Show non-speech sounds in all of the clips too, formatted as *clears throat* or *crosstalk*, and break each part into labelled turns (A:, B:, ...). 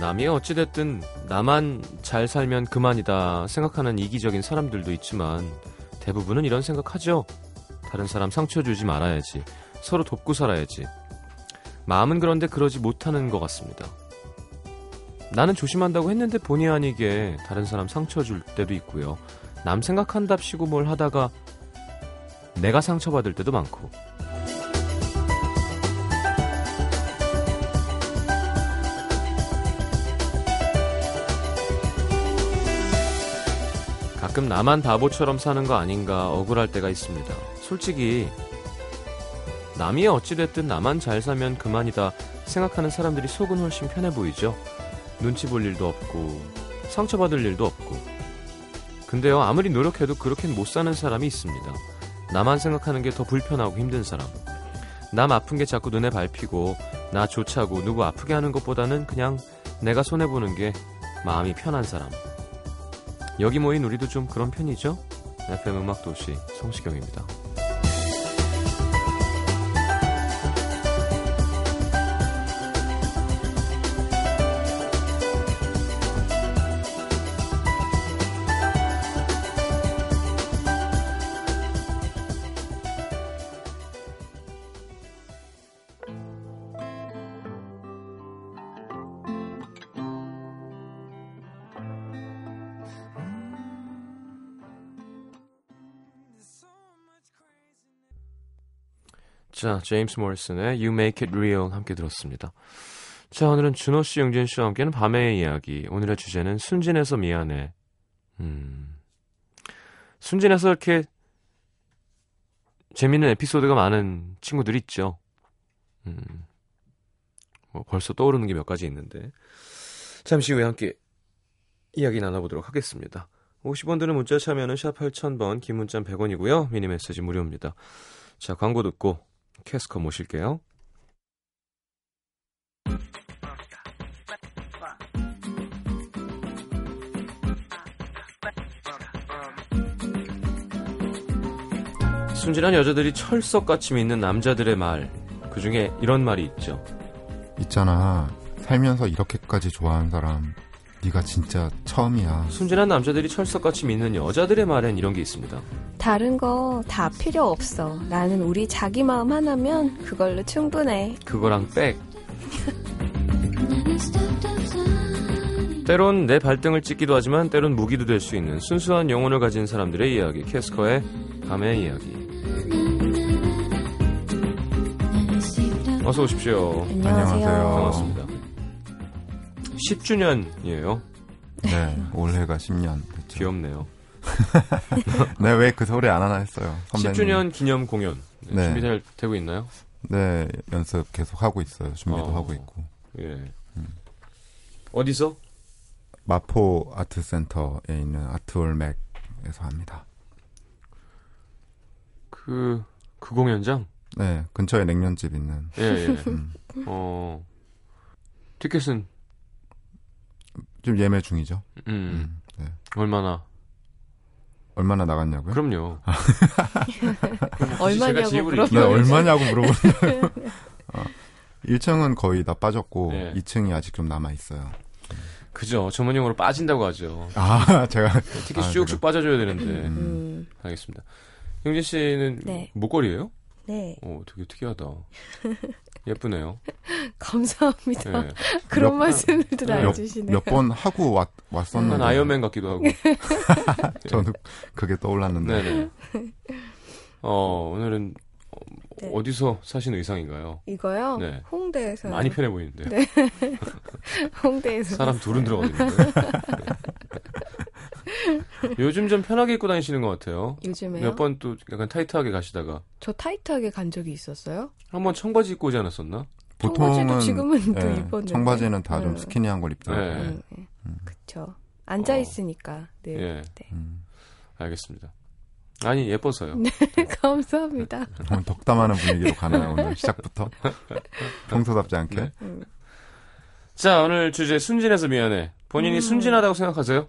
A: 남이 어찌됐든 나만 잘 살면 그만이다 생각하는 이기적인 사람들도 있지만 대부분은 이런 생각하죠. 다른 사람 상처 주지 말아야지. 서로 돕고 살아야지. 마음은 그런데 그러지 못하는 것 같습니다. 나는 조심한다고 했는데 본의 아니게 다른 사람 상처 줄 때도 있고요. 남 생각한답시고 뭘 하다가 내가 상처받을 때도 많고. 가끔 나만 바보처럼 사는 거 아닌가 억울할 때가 있습니다. 솔직히 남이 어찌됐든 나만 잘 살면 그만이다 생각하는 사람들이 속은 훨씬 편해 보이죠. 눈치 볼 일도 없고 상처받을 일도 없고. 근데요 아무리 노력해도 그렇게는 못 사는 사람이 있습니다. 나만 생각하는 게 더 불편하고 힘든 사람. 남 아픈 게 자꾸 눈에 밟히고 나 좋자고 누구 아프게 하는 것보다는 그냥 내가 손해 보는 게 마음이 편한 사람. 여기 모인 우리도 좀 그런 편이죠? FM 음악 도시 성시경입니다. 자, 제임스 모리슨의 You Make It Real 함께 들었습니다. 자, 오늘은 준호 씨, 용진 씨와 함께하는 밤의 이야기. 오늘의 주제는 순진해서 미안해. 음. 순진해서 이렇게 재밌는 에피소드가 많은 친구들 있죠. 음. 뭐 벌써 떠오르는 게 몇 가지 있는데. 잠시 후에 함께 이야기 나눠보도록 하겠습니다. 50원 드는 문자 참여는 샵 8000번, 긴 문자는 100원이고요. 미니 메시지 무료입니다. 자, 광고 듣고 캐스커 모실게요. 순진한 여자들이 철석같이 믿는 남자들의 말. 그 중에 이런 말이 있죠.
B: 있잖아. 살면서 이렇게까지 좋아하는 사람 네가 진짜 처음이야.
A: 순진한 남자들이 철석같이 믿는 여자들의 말엔 이런 게 있습니다.
C: 다른 거 다 필요 없어. 나는 우리 자기 마음 하나면 그걸로 충분해.
A: 그거랑 백. 때론 내 발등을 찍기도 하지만 때론 무기도 될 수 있는 순수한 영혼을 가진 사람들의 이야기. 캐스커의 밤의 이야기. 어서 오십시오.
C: 안녕하세요.
B: 안녕하세요.
A: 반갑습니다. 10주년이에요.
B: 네, 올해가 10년. 그렇죠.
A: 귀엽네요.
B: 네, 왜 그 소리 안 하나 했어요. 선배님.
A: 10주년 기념 공연 네,
B: 네.
A: 준비될 되고 있나요?
B: 네, 연습 계속 하고 있어요. 준비도
A: 어.
B: 하고 있고.
A: 예.
B: 음.
A: 어디서?
B: 마포 아트 센터에 있는 아트홀맥에서 합니다.
A: 그, 그 공연장?
B: 네, 근처에 냉면집 있는
A: 예,
C: *laughs*
A: 예.
B: 음.
A: 어, 티켓은,
B: 지금 예매 중이죠.
A: 음,
B: 음, 네.
A: 얼마나?
B: 얼마나 나갔냐고요? *laughs*
A: 그럼요. 제가
C: 얼마냐고
A: 질문을
B: 네,
C: 물어보는
B: 얼마냐고 물어보는데. 어, 1층은 거의 다 빠졌고
A: 네.
B: 2층이 아직 좀 남아 있어요.
A: 그죠. 전문용어로 빠진다고 하죠.
B: 아, *laughs* 제가
A: 티켓이
B: 아,
A: 쭉쭉
B: 그래요?
A: 빠져줘야 되는데.
B: 음,
C: 음,
A: 알겠습니다. 용진 씨는
C: 네.
A: 목걸이에요?
C: 네.
A: 오, 되게 특이하다. 예쁘네요. 예.
C: 감사합니다. *laughs* 그런
B: 몇-
C: 말씀을 들
A: 몇-
C: 해주시네요
B: 몇 번 하고 왔,
A: 음. 한
B: 왔었는데
A: 아이언맨 같기도
B: 네.
A: 하고.
B: 저는 그게 떠올랐는데
A: 네네. 어, 오늘은 어,
C: 네.
A: 어디서 사신 의상인가요?
C: 이거요?
A: 네.
C: 홍대에서
A: 많이 편해 보이는데요.
C: *laughs* 홍대에서
A: 사람 둘은 들어가는데. 요즘 좀 편하게 입고 다니시는 것 같아요.
C: 요즘에요?
A: 몇 번 또 약간 타이트하게 가시다가
C: 저 타이트하게 간 적이 있었어요?
A: 한 번 청바지 입고 오지 않았었나?
C: 청바지도
B: 보통은
C: 지금은 또
B: 예,
C: 입었는데.
B: 청바지는 다 좀
C: 음.
B: 스키니한 걸 입더라고요.
A: 네. 어.
C: 음, 예. 그쵸. 앉아 있으니까 늘.
A: 예.
C: 네.
B: 음,
A: 알겠습니다. 아니 예뻐서요.
C: *laughs* 감사합니다.
B: 오늘 덕담하는 분위기로 가나요 오늘 시작부터 *laughs* 평소답지 않게
A: 네.
C: 음.
A: 자 오늘 주제 순진해서 미안해. 본인이
C: 음.
A: 순진하다고 생각하세요?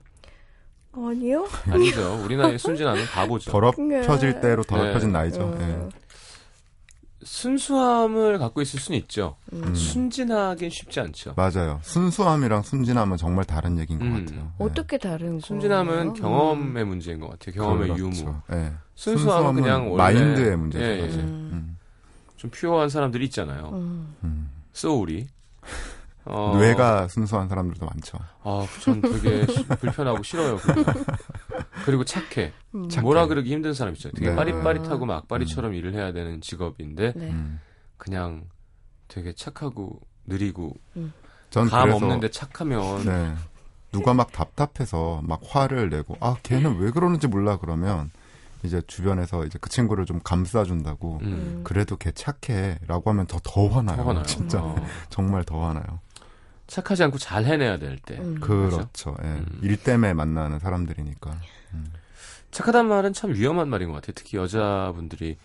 C: 아니요.
A: 아니죠. 우리 나이 순진하면 바보죠.
C: 네. 어.
B: 더럽혀질 대로 더럽혀진 예.
A: 네.
B: 나이죠.
C: 음.
A: 순수함을 갖고 있을 수는 있죠.
C: 음.
A: 순진하긴 쉽지 않죠.
B: 맞아요. 순수함이랑 순진함은 정말 다른 얘기인 것
A: 음.
B: 같아요. 네.
C: 어떻게 다른 거? 음.
A: 순진함은 경험의 문제인 것 같아요. 경험의
B: 그렇죠.
A: 유무.
B: 네.
A: 순수함은 그냥 원래
B: 마인드의 문제죠.
A: 예, 예.
B: 사실.
C: 음.
B: 음.
A: 좀 퓨어한 사람들이 있잖아요.
C: 음.
B: 음. *laughs*
A: 소울이. 어,
B: 뇌가 순수한 사람들도 많죠.
A: 아, 전 되게 시- 불편하고 싫어요. 그거. 그리고 착해.
C: 음.
B: 착해.
A: 뭐라 그러기 힘든 사람 있죠. 되게
B: 네.
A: 빠릿빠릿하고 막빠리처럼 일을 해야 되는 직업인데
C: 네.
B: 음.
A: 그냥 되게 착하고 느리고
B: 전
A: 감
B: 그래서
A: 없는데 착하면
B: 네. 누가 막 답답해서 막 화를 내고 아 걔는 왜 그러는지 몰라 그러면 이제 주변에서 이제 그 친구를 좀 감싸준다고
A: 음,
B: 그래도 걔 착해라고 하면 더 더 화나요.
A: 화가 나요.
B: 진짜
A: 어.
B: *laughs* 정말 더 화나요.
A: 착하지 않고 잘 해내야 될 때.
C: 음.
B: 그렇죠. 예.
A: 음.
B: 일 때문에 만나는 사람들이니까.
A: 착하단 말은 참 위험한 말인 것 같아요. 특히 여자분들이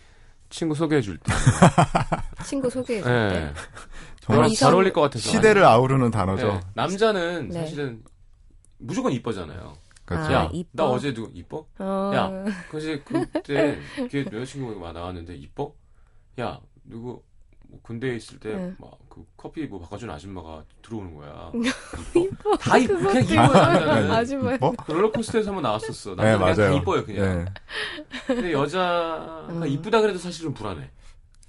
A: 친구 소개해줄 때.
C: 친구
D: 네,
C: 소개해 줄 때.
A: 예.
B: 정말
A: 너랑 잘 어울릴 것 같아서.
B: 시대를 아우르는
A: 아니,
B: 단어죠.
A: 예. 남자는
C: 네.
A: 사실은 무조건 이뻐잖아요.
B: 그렇죠.
C: 아,
A: 야,
C: 이뻐?
A: 나 어제 누구 이뻐?
C: 어.
A: 야. 그래서 그때 걔 여자친구가 막 나왔는데 이뻐? 야 누구 뭐 군대에 있을 때
C: 네.
A: 막 그 커피 뭐 바꿔준 아줌마가
C: *laughs*
A: 들어오는 거야. 이뻐? 다 이뻐. 그냥
C: 그거
A: 끼고
B: *laughs* 네.
A: 다니잖아요.
C: 아줌마.
B: 이뻐?
A: 롤러코스터에서 한번 나왔었어. 남자
B: 어? 네,
A: 그냥 다
B: 맞아요.
A: 이뻐요 네. 그냥.
B: 예.
A: 근데 여자가
C: 음.
A: 이쁘다 그래도 사실은 불안해.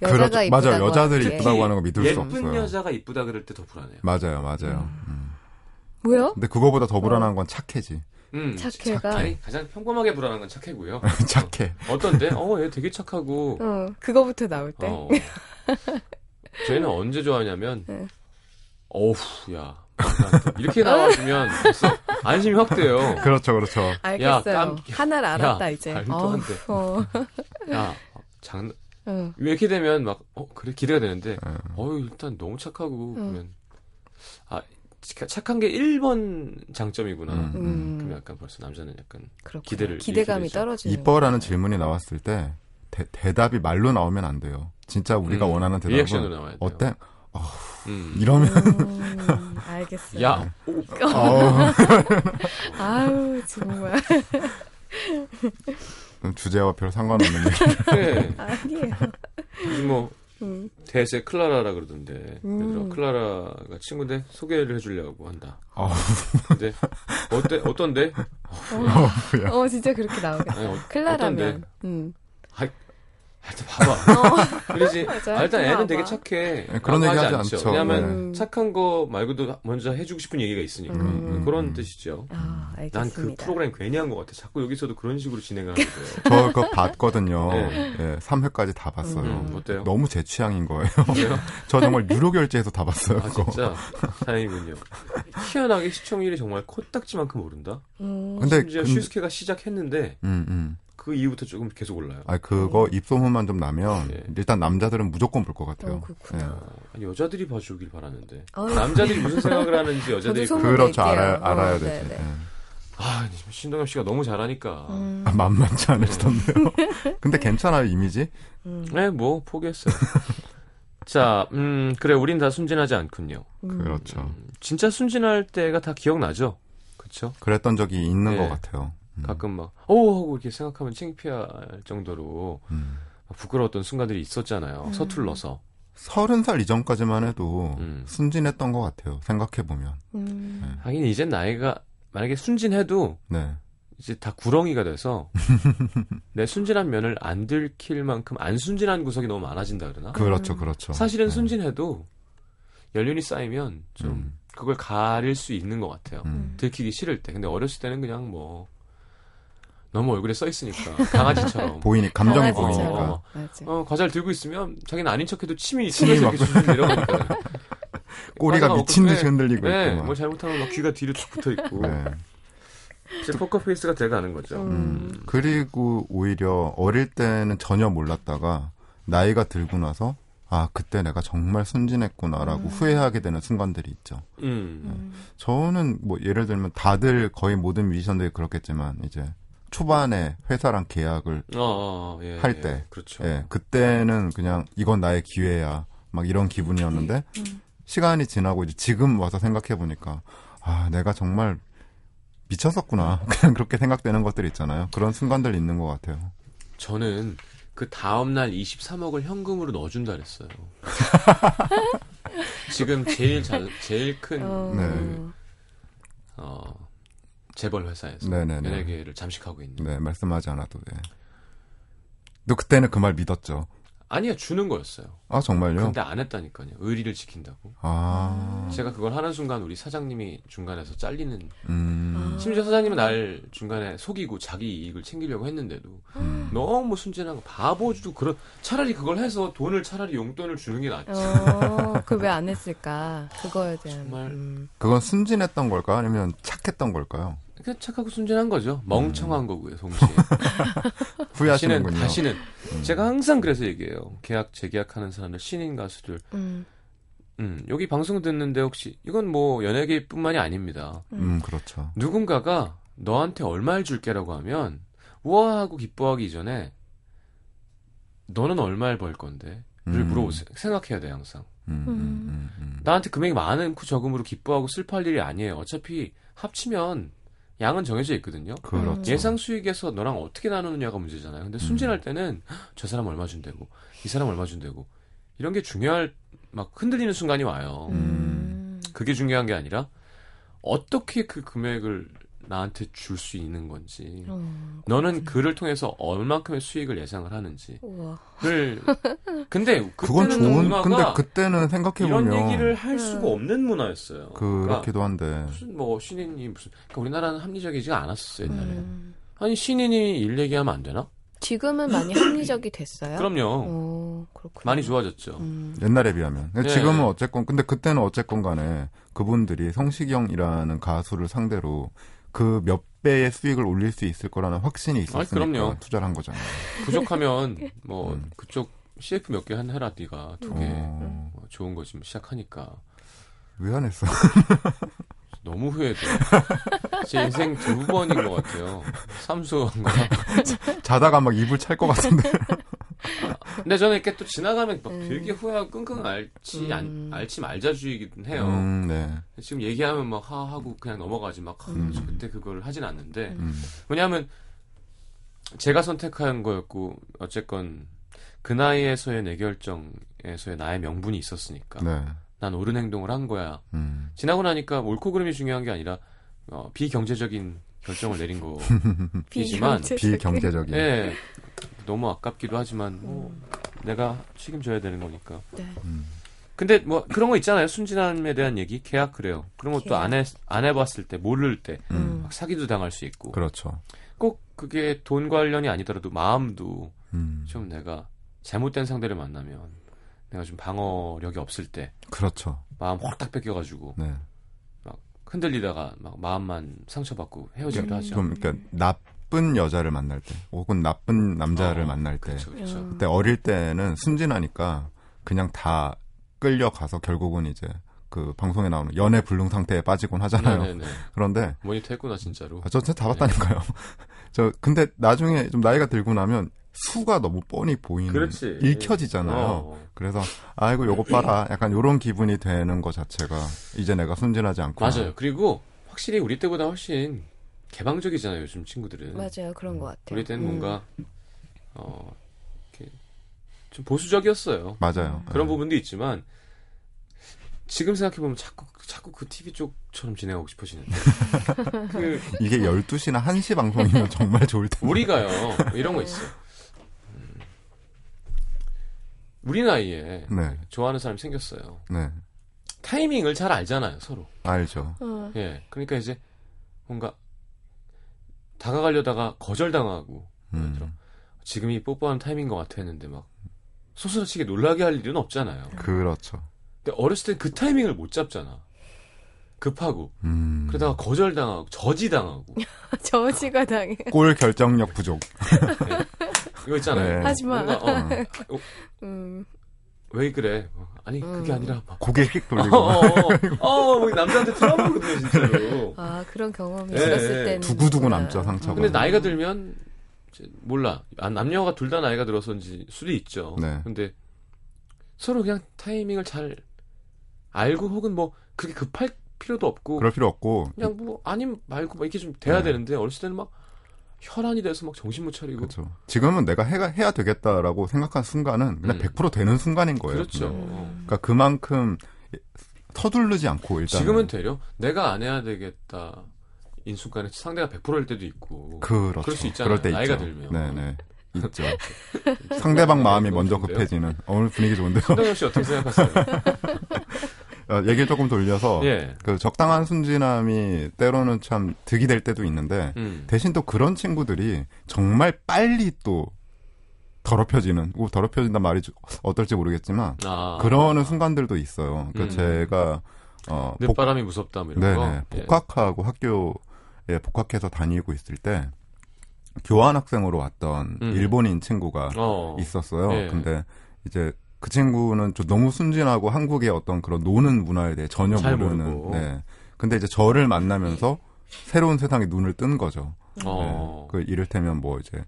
C: 여자가
B: 그렇죠. 맞아요.
C: 이쁘다고
B: 여자들이
C: 하는데.
B: 이쁘다고 하는 거 믿을 수
A: 예쁜
B: 없어요.
A: 여자가 이쁘다 그럴 때 더 불안해요.
B: 맞아요, 맞아요. 음.
C: 뭐요?
B: 근데 그거보다 더 불안한 건 착해지. *laughs*
A: 음.
C: 착해가.
A: 아니 가장 평범하게 불안한 건 착해고요.
B: 착해.
A: 어떤데? 어, 얘 되게 착하고.
B: 음.
C: 어. 그거부터 나올 때.
A: 어. 쟤는 언제 좋아하냐면
C: 네.
A: 어후 야 나한테 이렇게 나와주면 벌써 안심이 확 돼요.
B: 그렇죠, 그렇죠.
C: 알겠어요.
A: 깜-
C: 하나를 알았다
A: 야,
C: 이제.
A: 말도
C: 어.
A: 안 돼.
C: 어.
A: 야 장난
C: 어.
A: 이렇게 되면 막 어, 그래 기대가 되는데
B: 음.
A: 어유 일단 너무 착하고
C: 음.
A: 그러면 아 착- 착한 게 1번 장점이구나.
B: 음.
A: 그럼
C: 음.
A: 약간 벌써 남자는 약간
C: 그렇군.
A: 기대를
C: 기대감이
A: 일으키게 되죠.
C: 떨어지는.
B: 이뻐라는 질문이 나왔을 때 대, 답이 말로 나오면 안 돼요. 진짜 우리가
A: 음,
B: 원하는 대답은
A: 리액션으로 나와야 돼요.
B: 어때?
A: 음.
B: 이러면
C: 음, 알겠어요.
A: 야,
B: 네.
A: 오,
C: 그러니까.
B: *laughs* 어,
C: 아유 정말
B: 주제와 별 상관없는 얘기. *laughs*
A: 그래.
C: 아니에요.
A: 뭐
C: 음.
A: 대세 클라라라 그러던데
C: 음.
A: 예를 들어 클라라가 친구인데 소개를 해주려고 한다.
B: 어,
A: 근데 어때 어떤데?
C: 어, 어 진짜 그렇게 나오겠다.
A: 아니, 어,
C: 클라라면.
A: 어떤데?
C: 음. 어,
A: 아, 일단
C: *laughs*
A: 봐봐. 그러지.
C: 맞아요.
A: 아,
C: 봐봐.
A: 일단 애는 되게 착해.
B: 네, 그런
A: 라고
B: 얘기
A: 하지
B: 하지 않죠.
A: 왜냐하면
C: 네.
A: 착한 거 말고도 먼저 해주고 싶은 얘기가 있으니까
C: 음.
A: 그런 뜻이죠.
C: 아
A: 난 그
C: 알겠습니다.
A: 프로그램 괜히 한 것 같아. 자꾸 여기서도 그런 식으로 진행을 하는 거예요.
B: 저 *laughs* 그거 봤거든요.
A: 네.
B: 예, 3회까지 다 봤어요.
A: 음, 어때요?
B: 너무 제 취향인
A: *laughs*
B: 거예요.
A: 그래요?
B: *laughs* 저 정말 유로결제해서 다 봤어요.
A: 아
B: 그거.
A: 진짜 다행이군요. 희한하게 시청률이 정말 코딱지만큼 오른다.
C: 음.
B: 근데
A: 심지어
B: 네, 근-
A: 슈스케가 시작했는데
B: 음, 음.
A: 그 이후부터 조금 계속 올라요.
B: 아
C: 음.
B: 그거 입소문만 좀 나면
A: 예.
B: 일단 남자들은 무조건 볼 것 같아요. 예.
C: 어,
B: 네.
C: 그렇구나.
A: 아니, 여자들이 봐주길 바라는데
C: 어이.
A: 남자들이 무슨 생각을 하는지 여자들이
C: 저도
B: 예.
A: 그...
C: 소문-
B: 그렇죠.
C: 음,
B: 알아야
C: 음,
B: 알아야
C: 음,
B: 되지.
C: 네, 네.
B: 예.
A: 아 신동엽 씨가 너무 잘하니까
C: 음.
B: 아,
C: *laughs*
B: 만만치 않으시던데요. 근데 괜찮아요 이미지?
C: 음.
A: 네, 뭐 포기했어요. *laughs* 자, 음 그래 우린 다 순진하지 않군요.
C: 음.
B: 그렇죠.
A: 음, 진짜 순진할 때가 다 기억나죠. 그렇죠.
B: 그랬던 적이 있는
A: 예.
B: 것 같아요. 음.
A: 가끔 막오 어, 하고 이렇게 생각하면 창피할 정도로
B: 음.
A: 막 부끄러웠던 순간들이 있었잖아요.
C: 음.
A: 서툴러서.
B: 서른 살 이전까지만 해도
A: 음.
B: 순진했던 것 같아요. 생각해 보면.
C: 음.
A: 하긴 이젠 나이가 만약에 순진해도
B: 네.
A: 이제 다 구렁이가 돼서 내 순진한 면을 안 들킬 만큼 안 순진한 구석이 너무 많아진다 그러나?
B: 그렇죠,
A: 음,
B: 그렇죠.
A: 사실은
B: 네.
A: 순진해도 연륜이 쌓이면 좀
B: 음.
A: 그걸 가릴 수 있는 것 같아요.
B: 음.
A: 들키기 싫을 때. 근데 어렸을 때는 그냥 뭐 너무 얼굴에 써 있으니까 강아지처럼.
B: *laughs* 보이니 감정이
A: 강아지처럼.
B: 보이니까.
A: 어.
C: 맞아.
A: 어, 과자를 들고 있으면 자기는 아닌 척해도 침이
B: 침이
A: 침에서
B: 막-
A: 이렇게 줄줄
B: *laughs*
A: 내려가니까.
B: 꼬리가
A: 과자가
B: 미친
A: 먹고
B: 듯이 흔들리고
A: 네,
B: 있고.
A: 뭘
B: 막.
A: 잘못하면 막 귀가 뒤로 쭉 붙어 있고.
B: 네.
A: 이제 포커페이스가 돼가는 거죠.
C: 음.
A: 음.
B: 그리고 오히려 어릴 때는 전혀 몰랐다가 나이가 들고 나서 아 그때 내가 정말 순진했구나라고 후회하게 되는 순간들이 있죠.
A: 음.
B: 저는 뭐 예를 들면 다들 거의 모든 뮤지션들이 그렇겠지만 이제 초반에 회사랑 계약을
A: 어, 어, 어, 예,
B: 할
A: 예.
B: 때.
A: 그렇죠.
B: 예, 그때는 그냥 이건 나의 기회야. 막 이런 기분이었는데
A: 네.
B: 시간이 지나고 이제 지금 와서 생각해 보니까 아, 내가 정말
A: 음.
B: *laughs* 미쳤었구나. 그냥 그렇게 생각되는 것들 있잖아요. 그런 순간들 있는 것 같아요.
A: 저는 그 다음날 23억을 현금으로 넣어준다 그랬어요. 지금 제일 잘, 제일 큰
C: 어,
D: 음.
B: 네.
A: 어, 재벌 회사에서
B: 네네네.
A: 연예계를 잠식하고 있는.
B: 네, 말씀하지 않아도 네. 또 그때는 그 말 믿었죠.
A: 아니야 주는 거였어요.
B: 아 정말요?
A: 근데 안 했다니까요. 의리를 지킨다고.
B: 아,
A: 제가 그걸 하는 순간 우리 사장님이 중간에서 잘리는.
B: 음,
A: 심지어 사장님은 날 중간에 속이고 자기 이익을 챙기려고 했는데도
B: 음.
A: 너무 순진한 거 바보주도 그런 차라리 그걸 해서 돈을 차라리 용돈을 주는 게
B: 네.
A: 낫지.
D: 어, 그걸 왜 안 했을까? 그거에 대한.
A: 정말.
D: 음.
B: 그건 순진했던 걸까? 아니면 착했던 걸까요?
A: 그냥 착하고 순진한 거죠. 멍청한
B: 음.
A: 거고요, 동시에. 다시는
B: 후회하시는군요.
A: 다시는
B: 음.
A: 제가 항상 그래서 얘기해요. 계약 재계약하는 사람들 신인 가수들
D: 음.
A: 음, 여기 방송 듣는데 혹시 이건 뭐 연예계뿐만이 아닙니다.
B: 음, 그렇죠.
A: 누군가가 너한테 얼마를 줄게라고 하면 우아하고 기뻐하기 이전에 너는 얼마를 벌 건데를
B: 음.
A: 물어보세요. 생각해야 돼 항상.
B: 음, 음, 음, 음.
A: 나한테 금액이 많고 적음으로 기뻐하고 슬퍼할 일이 아니에요. 어차피 합치면 양은 정해져 있거든요.
D: 음.
B: 그렇죠.
A: 예상 수익에서 너랑 어떻게 나누느냐가 문제잖아요. 근데 순진할 때는 헉, 저 사람 얼마 준대고 이 사람 얼마 준대고 이런 게 중요할 막 흔들리는 순간이 와요.
D: 음.
A: 그게 중요한 게 아니라 어떻게 그 금액을 나한테 줄 수 있는 건지
B: 음.
D: 어,
A: 너는 그를 통해서 얼만큼의 수익을 예상을 하는지를
C: 우와.
D: *laughs*
A: 근데
B: 그건
A: 그때는 또
B: 좋은.
A: 문화가
B: 근데 그때는 생각해
A: 이런
B: 보면
A: 얘기를
D: 음.
A: 할 수가 없는 문화였어요. 그러니까
B: 그렇기도 한데.
A: 무슨 뭐 신인이 무슨 그러니까 우리나라는 합리적이지가 않았었어요 옛날에.
D: 음.
A: 아니 신인이 일 얘기하면 안 되나?
D: 지금은 많이 합리적이 됐어요?
A: 그럼요.
D: 오, 그렇군요.
A: 많이 좋아졌죠.
D: 음.
B: 옛날에 비하면 근데
A: 예.
B: 지금은 어쨌건 근데 그때는 어쨌건 간에 그분들이 성시경이라는 가수를 상대로 그 몇 배의 수익을 올릴 수 있을 거라는 확신이 있었으니까
A: 그럼요.
B: 투자를 한 거잖아요.
D: *laughs* 예.
A: 부족하면 뭐
B: 음.
A: 그쪽 CF 몇 개 한 해라 네가 두 개.
B: 어,
A: 뭐 좋은 거 지금 시작하니까
B: 왜안 했어? *laughs*
A: 너무 후회돼. *laughs* 제 인생 두 번인 것 같아요. 삼수한 거.
B: 자다가 막 이불 찰 것 같은데.
A: 근데 저는 이렇게 또 지나가면 막
D: 음.
A: 되게 후회하고 끙끙 앓지 안,
D: 음.
A: 알지 말자주의이긴 *laughs* 해요.
B: 음, 네.
A: 지금 얘기하면 막 하 하고 그냥 넘어가지 막 하,
B: 음.
A: 그래서 그때 그걸 하진 않는데
B: 음,
A: 왜냐하면 제가 선택한 거였고 어쨌건 그 나이에서의 내 결정에서의 나의 명분이 있었으니까
B: 네.
A: 난 옳은 행동을 한 거야.
B: 음,
A: 지나고 나니까 옳고 그름이 중요한 게 아니라 어, 비경제적인 결정을 내린
B: *laughs*
A: 거. 이지만
B: 비경제적인.
A: 예. 너무 아깝기도 하지만 뭐 내가 책임져야 되는 거니까.
D: 네.
B: 음.
A: 근데 뭐 그런 거 있잖아요. 순진함에 대한 얘기, 계약 그래요. 그런 것도
D: 계약.
A: 안해안 해봤을 때 모를 때 막
B: 음.
A: 사기도 당할 수 있고.
B: 그렇죠.
A: 꼭 그게 돈 관련이 아니더라도 마음도
B: 음,
A: 좀 내가 잘못된 상대를 만나면 내가 좀 방어력이 없을 때
B: 그렇죠.
A: 마음 확딱 뺏겨가지고
B: 네.
A: 흔들리다가 막 마음만 상처받고 헤어지기도 하죠.
B: 좀 그러니까 나쁜 여자를 만날 때, 혹은 나쁜 남자를
A: 어,
B: 만날 때,
A: 그렇죠, 그렇죠.
D: 음.
B: 그때 어릴 때는 순진하니까 그냥 다 끌려가서 결국은 이제 그 방송에 나오는 연애 불능 상태에 빠지곤 하잖아요.
A: 네네네.
B: *laughs*
A: 네.
B: 그런데
A: 모니터 했구나 진짜로.
B: 아, 저 진짜 다 봤다니까요. *laughs* 저 근데 나중에 좀 나이가 들고 나면 수가 너무 뻔히 보이는
A: 그렇지.
B: 읽혀지잖아요.
A: 어.
B: 그래서 아이고 요거 봐라 약간 요런 기분이 되는 것 자체가 이제 내가 순진하지 않고
A: 맞아요. 그리고 확실히 우리 때보다 훨씬 개방적이잖아요. 요즘 친구들은.
D: 맞아요. 그런 것 같아요.
A: 우리 때는
D: 음.
A: 뭔가 어 이렇게 좀 보수적이었어요.
B: 맞아요.
A: 그런
B: 예.
A: 부분도 있지만 지금 생각해 보면 자꾸 자꾸 그 TV 쪽처럼 진행하고 싶어지는데 그
B: 이게 12시나 1시 방송이면 *laughs* 정말 좋을 텐데.
A: 우리가요 이런 거 있어. 요 음. 우리 나이에
B: 네.
A: 좋아하는 사람이 생겼어요.
B: 네.
A: 타이밍을 잘 알잖아요, 서로.
B: 알죠.
C: 어.
A: 예. 그러니까 이제 뭔가 다가가려다가 거절당하고 예를 들어
B: 음.
A: 지금이 뽀뽀하는 타이밍인 것 같아 했는데 막 소스라치게 놀라게 할 일은 없잖아요.
B: 그렇죠.
A: 근데 어렸을 땐 그 타이밍을 못 잡잖아. 급하고
B: 음.
A: 그러다가 거절당하고 저지당하고
D: *laughs* 저지가 당해.
B: 골 결정력 부족.
A: 이거 있잖아요.
B: *laughs* 네.
D: 하지만.
A: 뭔가, 어,
B: 어.
D: 음.
A: 왜 그래? 어, 아니 그게
D: 음.
A: 아니라 막
B: 고개 휙
A: *laughs* 어,
B: 돌리고
A: 어,
B: *laughs*
A: 어, 어, 남자한테 트라우마거든요 진짜로.
D: 아, 그런 경험이
A: 예, 예.
D: 있었을 때는.
B: 두고두고
D: 그렇구나.
B: 남죠 상처가.
A: 근데 나이가 들면 이제 몰라 아, 남녀가 둘 다 나이가 들어서인지 수도 있죠.
B: 네.
A: 근데 서로 그냥 타이밍을 잘 알고 혹은 뭐 그게 급할 필요도 없고
B: 그럴 필요 없고
A: 그냥 뭐 아님 말고 막 이렇게 좀 돼야
B: 네.
A: 되는데 어렸을 때는 막 혈안이 돼서 막 정신 못 차리고
B: 그렇죠. 지금은 내가 해가 해야 되겠다라고 생각한 순간은 그냥
A: 음.
B: 100% 되는 순간인 거예요.
A: 그렇죠.
D: 음.
B: 그냥.
A: 어.
B: 그러니까 그만큼 서두르지 않고 일단
A: 지금은 되려 내가 안 해야 되겠다. 인순간에 상대가 100%일 때도 있고.
B: 그렇죠.
A: 그럴 수 있잖아요.
B: 그럴 때
A: 나이가
B: 있죠.
A: 들면.
B: 네네. 있죠. 상대방 마음이 먼저
A: 좋은데요?
B: 급해지는 오늘 분위기 좋은데요.
A: *laughs* 신동엽 씨 어떻게 생각하세요?
B: 어, 얘기를 조금 돌려서
A: 예.
B: 그 적당한 순진함이 때로는 참 득이 될 때도 있는데
A: 음.
B: 대신 또 그런 친구들이 정말 빨리 또 더럽혀지는, 뭐 더럽혀진다 말이 좀 어떨지 모르겠지만,
A: 아.
B: 그러는 순간들도 있어요. 그러니까
A: 음.
B: 제가, 어, 복,
A: 늦바람이 무섭다 뭐 이런
B: 네네,
A: 거. 예.
B: 복학하고 학교에 복학해서 다니고 있을 때, 교환학생으로 왔던
A: 음.
B: 일본인 친구가
A: 어.
B: 있었어요.
A: 예.
B: 근데 이제 그 친구는 좀 너무 순진하고 한국의 어떤 그런 노는 문화에 대해 전혀
A: 잘
B: 모르는,
A: 모르고.
B: 네. 근데 이제 저를 만나면서 새로운 세상에 눈을 뜬 거죠.
A: 어.
B: 네. 그 이를테면 뭐 이제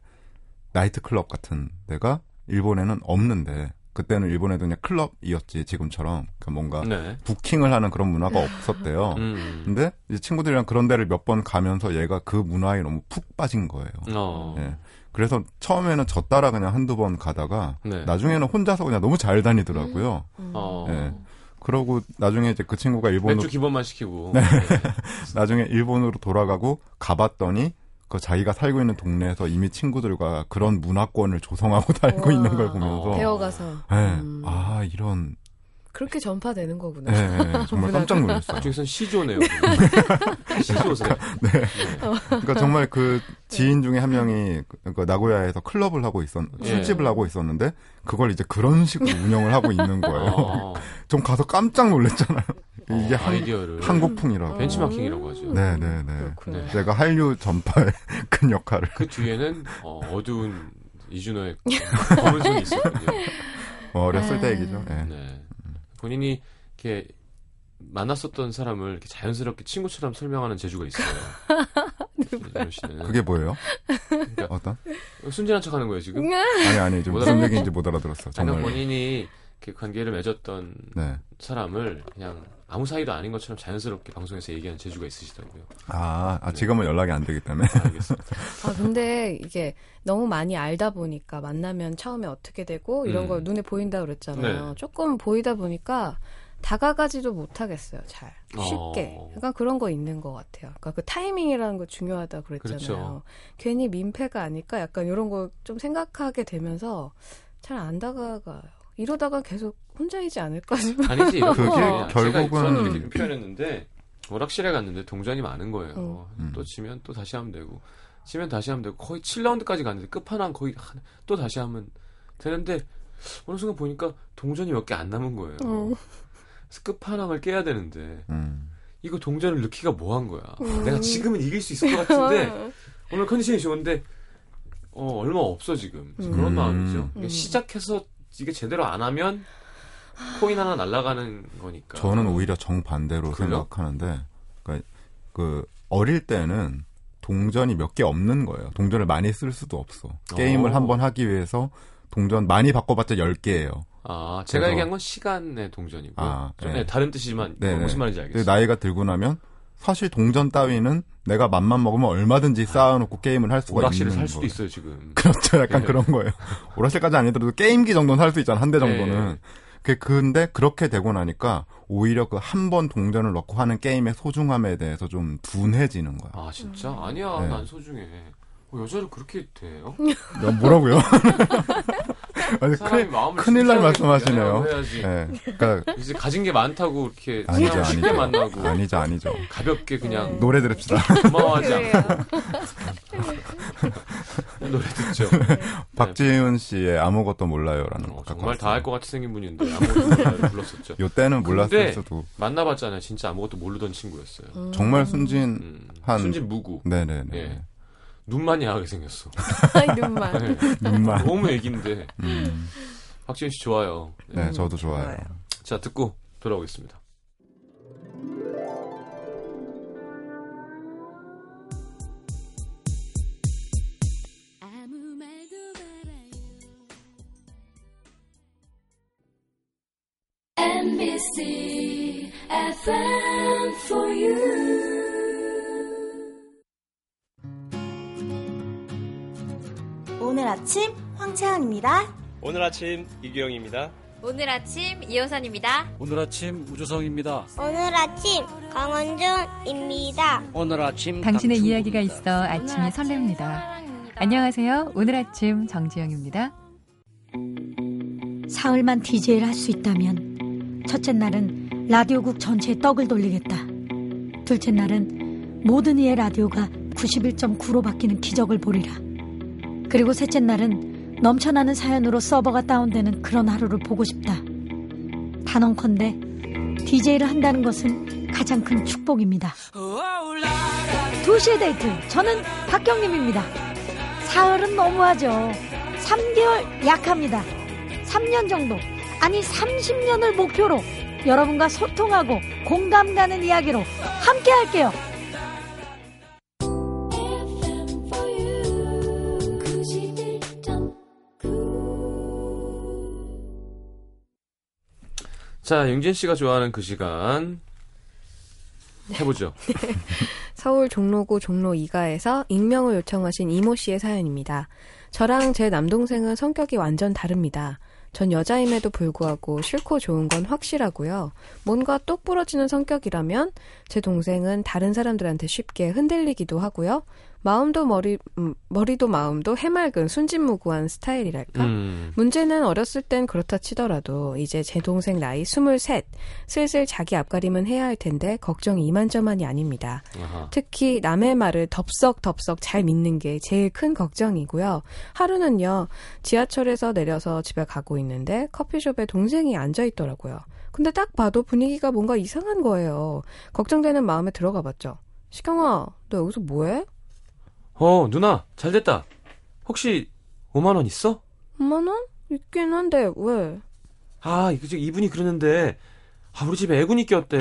B: 나이트클럽 같은 데가 일본에는 없는데 그때는 일본에도 그냥 클럽이었지 지금처럼 그러니까 어. 뭔가
A: 네.
B: 부킹을 하는 그런 문화가 없었대요.
A: 음.
B: 근데 이제 친구들이랑 그런 데를 몇 번 가면서 얘가 그 문화에 너무 푹 빠진 거예요.
A: 어.
B: 예. 그래서 처음에는 저 따라 그냥 한두 번 가다가
A: 네.
B: 나중에는 혼자서 그냥 너무 잘 다니더라고요.
D: 음.
A: 어.
B: 예. 그러고 나중에 이제 그 친구가 일본으로
A: 맥주 기본만 시키고.
B: 네. 나중에 일본으로 돌아가고 가봤더니 그 자기가 살고 있는 동네에서 이미 친구들과 그런 문화권을 조성하고 *laughs* 살고
D: 우와.
B: 있는 걸 보면서
A: 어.
D: 배워가서.
B: 예,
D: 음.
B: 아 이런
D: 그렇게 전파되는
B: 예,
D: 거구나.
A: *laughs*
B: 예, 정말 깜짝 놀랐어요.
A: 음. 그쪽에선
B: *laughs*
A: 시조네요. 시조세요.
B: 그러니까 정말 그
A: 네.
B: 지인 중에 한 명이 그- 그 나고야에서 클럽을 하고 있었
A: 네.
B: 술집을 하고 있었는데 그걸 이제 그런
A: *laughs*
B: 식으로 운영을 하고 있는 거예요.
A: 어.
B: 좀 가서 깜짝 놀랐잖아요. 이게
A: 어,
B: 한,
A: 아이디어를 음.
B: 한국풍이라고.
A: 벤치마킹이라고 하죠.
B: 네, 네, 네.
D: 음. 그렇구나.
A: 네.
B: 제가 한류 전파의 *laughs* 큰 역할을.
A: 그 뒤에는 어, 어두운 이준호의
B: *laughs*
A: 검은 손이 있었군요.
B: 어렸을
D: 아.
B: 때 얘기죠. 예.
A: 네. 본인이 이렇게 만났었던 사람을 이렇게 자연스럽게 친구처럼 설명하는 재주가
B: *laughs*
A: 있어요. 이준호 씨는
B: 네, 그게 뭐예요?
A: 그러니까-
B: 어떤?
A: 순진한 척하는 거예요 지금.
B: 아니 아니 지금
A: 못
B: 무슨
A: 알아-
B: 얘기인지 못 알아들었어
A: 잠깐
B: 정말.
A: 본인이 이렇게 관계를 맺었던
B: 네.
A: 사람을 그냥 아무 사이도 아닌 것처럼 자연스럽게 방송에서 얘기하는 재주가 있으시더라고요.
B: 아, 아, 지금은 연락이 안 되기 때문에.
A: 아, 알겠습니다.
D: 아, 근데 이게 너무 많이 알다 보니까 만나면 처음에 어떻게 되고 이런
A: 음.
D: 걸 눈에 보인다 그랬잖아요.
A: 네.
D: 조금 보이다 보니까 다가가지도 못하겠어요, 잘. 쉽게.
A: 어.
D: 약간 그런 거 있는 것 같아요. 그러니까 그 타이밍이라는 거 중요하다 그랬잖아요.
A: 그렇죠.
D: 괜히 민폐가 아닐까 약간 이런 거 좀 생각하게 되면서 잘 안 다가가요. 이러다가 계속 혼자이지 않을까 싶어요.
B: *laughs*
A: 아니지 이런
B: 그게
A: 거예요. 제가
B: 결국은- 음.
A: 저는 이렇게 표현했는데 오락실에 갔는데 동전이 많은 거예요.
B: 음.
A: 또 치면 또 다시 하면 되고 치면 다시 하면 되고 거의 7라운드까지 갔는데 끝판왕 거의 한- 또 다시 하면 되는데 어느 순간 보니까 동전이 몇 개 안 남은 거예요.
B: 어.
D: 음.
A: 그래서 끝판왕을 깨야 되는데
B: 음.
A: 이거 동전을 넣기가 뭐한 거야. 내가 지금은 이길 수 있을 것 같은데 오늘 컨디션이 좋은데 어, 얼마 없어 지금
D: 음.
A: 그런 마음이죠. 이게
D: 음.
A: 시작해서 이게 제대로 안 하면 코인 하나 날아가는 거니까.
B: 저는 오히려 정반대로
A: 그러니까 그래요?
B: 생각하는데 그러니까 그 어릴 때는 동전이 몇 개 없는 거예요. 동전을 많이 쓸 수도 없어. 게임을
A: 어.
B: 한번 하기 위해서 동전 많이 바꿔봤자 10개예요.
A: 아, 제가
B: 그래서-
A: 얘기한 건 시간의 동전이고요.
B: 아,
A: 좀,
B: 네.
A: 네, 다른 뜻이지만
B: 네, 네.
A: 무슨 말인지
B: 근데
A: 알겠어요.
B: 나이가 들고 나면 사실 동전 따위는 내가 맘만 먹으면 얼마든지 쌓아놓고 게임을 할 수가 있는
A: 오락실을
B: 거예요.
A: 살 수도 있어요 지금.
B: 그렇죠. 약간
A: 예.
B: 그런 거예요. *laughs* 오락실까지 아니더라도 게임기 정도는 살 수 있잖아. 한 대
A: 예,
B: 정도는.
A: 예.
B: 그 근데 그렇게 되고 나니까 오히려 그 한 번 동전을 넣고 하는 게임의 소중함에 대해서 좀 둔해지는 거야.
A: 아 진짜 아니야
B: 네.
A: 난 소중해. 어, 여자를 그렇게 돼요? 어?
B: 야, 뭐라고요? *laughs* 아니,
A: 그 사람이
B: 큰,
A: 마음을
B: 큰일 날
A: 진지하게
B: 말씀하시네요.
A: 해야지.
B: 예. 그러니까
A: 이제 가진 게 많다고 이렇게
B: 아니죠,
A: 사람 쉽게
B: 아니죠.
A: 만나고 네.
B: 아니죠, 아니죠.
A: 가볍게 그냥
B: 노래 들읍시다.
A: 고마워하지
D: *laughs* 그래요.
A: 않고 노래 듣죠.
B: 네. 박지훈 씨의 아무것도 몰라요라는
A: 어,
B: 곡
A: 정말 다 할 것 같이 생긴 분인데 아무것도 불렀었죠.
B: 요때는 몰랐을
A: 근데
B: 수도
A: 만나봤잖아요. 진짜 아무것도 모르던 친구였어요.
D: 음.
B: 정말 순진.
A: 음,
B: 한-
A: 순진 무구.
B: 네네네.
A: 예. 눈만 야하게 생겼어.
D: 아, 이름만.
A: 네.
B: 눈만.
A: 너무 애긴데.
B: 음.
A: 박지윤 씨 좋아요. 네.
B: 네, 저도 좋아요.
D: 좋아요.
A: 자, 듣고 돌아오겠습니다.
E: 아무 말도 말아요. MBC FM for you.
F: 아침 황채원입니다.
G: 오늘 아침 이규영입니다.
H: 오늘 아침 이호선입니다.
I: 오늘 아침 우주성입니다.
F: 오늘 아침 강원준입니다.
I: 오늘 아침
J: 당신의
I: 강충구입니다.
J: 이야기가 있어 아침이 설렙니다. 안녕하세요. 오늘 아침 정지영입니다.
F: 사흘만 DJ를 할 수 있다면 첫째 날은 라디오국 전체에 떡을 돌리겠다. 둘째 날은 모든 이의 라디오가 91.9로 바뀌는 기적을 보리라. 그리고 셋째 날은 넘쳐나는 사연으로 서버가 다운되는 그런 하루를 보고 싶다. 단언컨대 DJ를 한다는 것은 가장 큰 축복입니다. 두시의 데이트 저는 박경림입니다. 사흘은 너무하죠. 3개월 약합니다. 3년 정도, 아니 30년을 목표로 여러분과 소통하고 공감 가는 이야기로 함께 할게요.
E: FM for you. 91.9.
A: 자, 융진 씨가 좋아하는 그 시간 해보죠.
D: 서울 종로구 종로 2가에서 익명을 요청하신 이모 씨의 사연입니다. 저랑 제 남동생은 성격이 완전 다릅니다. 전 여자임에도 불구하고 싫고 좋은 건 확실하고요. 뭔가 똑 부러지는 성격이라면 제 동생은 다른 사람들한테 쉽게 흔들리기도 하고요. 마음도 머리 음, 머리도 마음도 해맑은 순진무구한 스타일이랄까.
A: 음,
D: 문제는 어렸을 땐 그렇다 치더라도 이제 제 동생 나이 23 슬슬 자기 앞가림은 해야 할 텐데 걱정이 이만저만이 아닙니다.
A: 아하.
D: 특히 남의 말을 덥석덥석 잘 믿는 게 제일 큰 걱정이고요. 하루는요, 지하철에서 내려서 집에 가고 있는데 커피숍에 동생이 앉아 있더라고요. 근데 딱 봐도 분위기가 뭔가 이상한 거예요. 걱정되는 마음에 들어가 봤죠. 시경아, 너 여기서 뭐해?
A: 어, 누나, 잘 됐다. 혹시 5만원 있어?
D: 5만원? 있긴 한데, 왜?
A: 아, 이거 지금 이분이 그러는데, 아, 우리 집에 애군이 꼈대.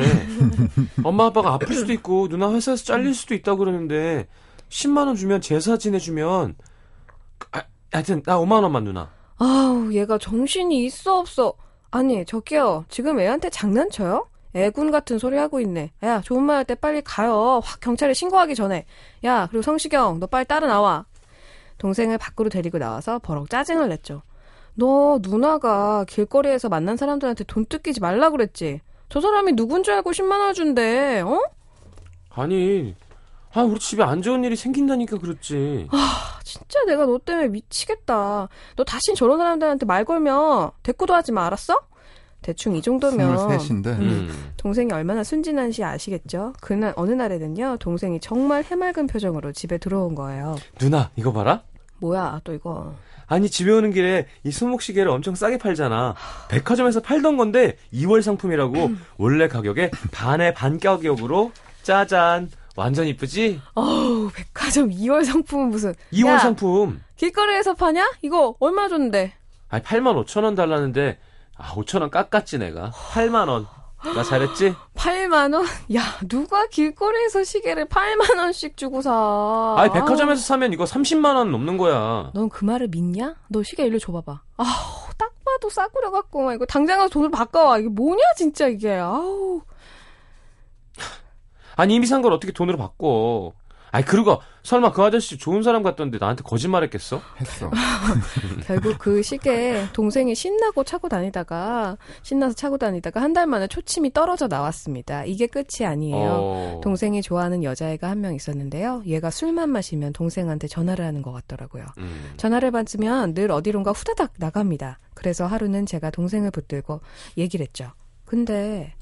A: 엄마 아빠가 아플 수도 있고, 누나 회사에서 잘릴 수도 있다고 그러는데, 10만원 주면 제사 지내주면, 아, 하여튼, 나 5만원만 누나.
D: 아우, 얘가 정신이 있어 없어. 아니, 저기요. 지금 애한테 장난쳐요? 애군 같은 소리 하고 있네. 야, 좋은 말 할 때 빨리 가요. 확 경찰에 신고하기 전에. 야, 그리고 성시경, 너 빨리 따라 나와. 동생을 밖으로 데리고 나와서 버럭 짜증을 냈죠. 너 누나가 길거리에서 만난 사람들한테 돈 뜯기지 말라 그랬지. 저 사람이 누군 줄 알고 10만 원 준대. 어?
A: 아니, 아, 우리 집에 안 좋은 일이 생긴다니까 그렇지.
D: 아, 진짜 내가 너 때문에 미치겠다. 너 다신 저런 사람들한테 말 걸면 대꾸도 하지 마, 알았어? 대충 이 정도면
B: 23인데
A: 음.
D: 동생이 얼마나 순진한지 아시겠죠? 그날 어느 날에는요 동생이 정말 해맑은 표정으로 집에 들어온 거예요.
A: 누나, 이거 봐라.
D: 뭐야 또 이거?
A: 아니 집에 오는 길에 이 손목시계를 엄청 싸게 팔잖아. 백화점에서 팔던 건데 2월 상품이라고 원래 가격에 반의 반 가격으로 짜잔. 완전 이쁘지?
D: 어우 백화점 2월 상품은 무슨?
A: 2월
D: 야,
A: 상품.
D: 길거리에서 파냐? 이거 얼마 줬는데?
A: 아니 8만 5천 원 달라는데 아 5천 원 깎았지 내가. 8만 원. 나
D: *gasps*
A: 잘했지?
D: 8만 원? 야 누가 길거리에서 시계를 8만 원씩 주고 사?
A: 아니 백화점에서 사면 이거 30만 원 넘는 거야.
D: 넌 그 말을 믿냐? 너 시계 일로 줘봐봐. 아우, 딱 봐도 싸구려 같고, 막 이거 당장 가서 돈을 바꿔와. 이게 뭐냐, 진짜 이게. 아우.
A: 아니 이미 산 걸 어떻게 돈으로 바꿔? 아니 그리고 설마 그 아저씨 좋은 사람 같던데 나한테 거짓말했겠어?
B: 했어.
D: 결국 그 시계 동생이 신나고 차고 다니다가, 신나서 차고 다니다가 한 달 만에 초침이 떨어져 나왔습니다. 이게 끝이 아니에요.
A: 어.
D: 동생이 좋아하는 여자애가 한 명 있었는데요. 얘가 술만 마시면 동생한테 전화를 하는 것 같더라고요.
A: 음.
D: 전화를 받으면 늘 어디론가 후다닥 나갑니다. 그래서 하루는 제가 동생을 붙들고 얘기를 했죠. 근데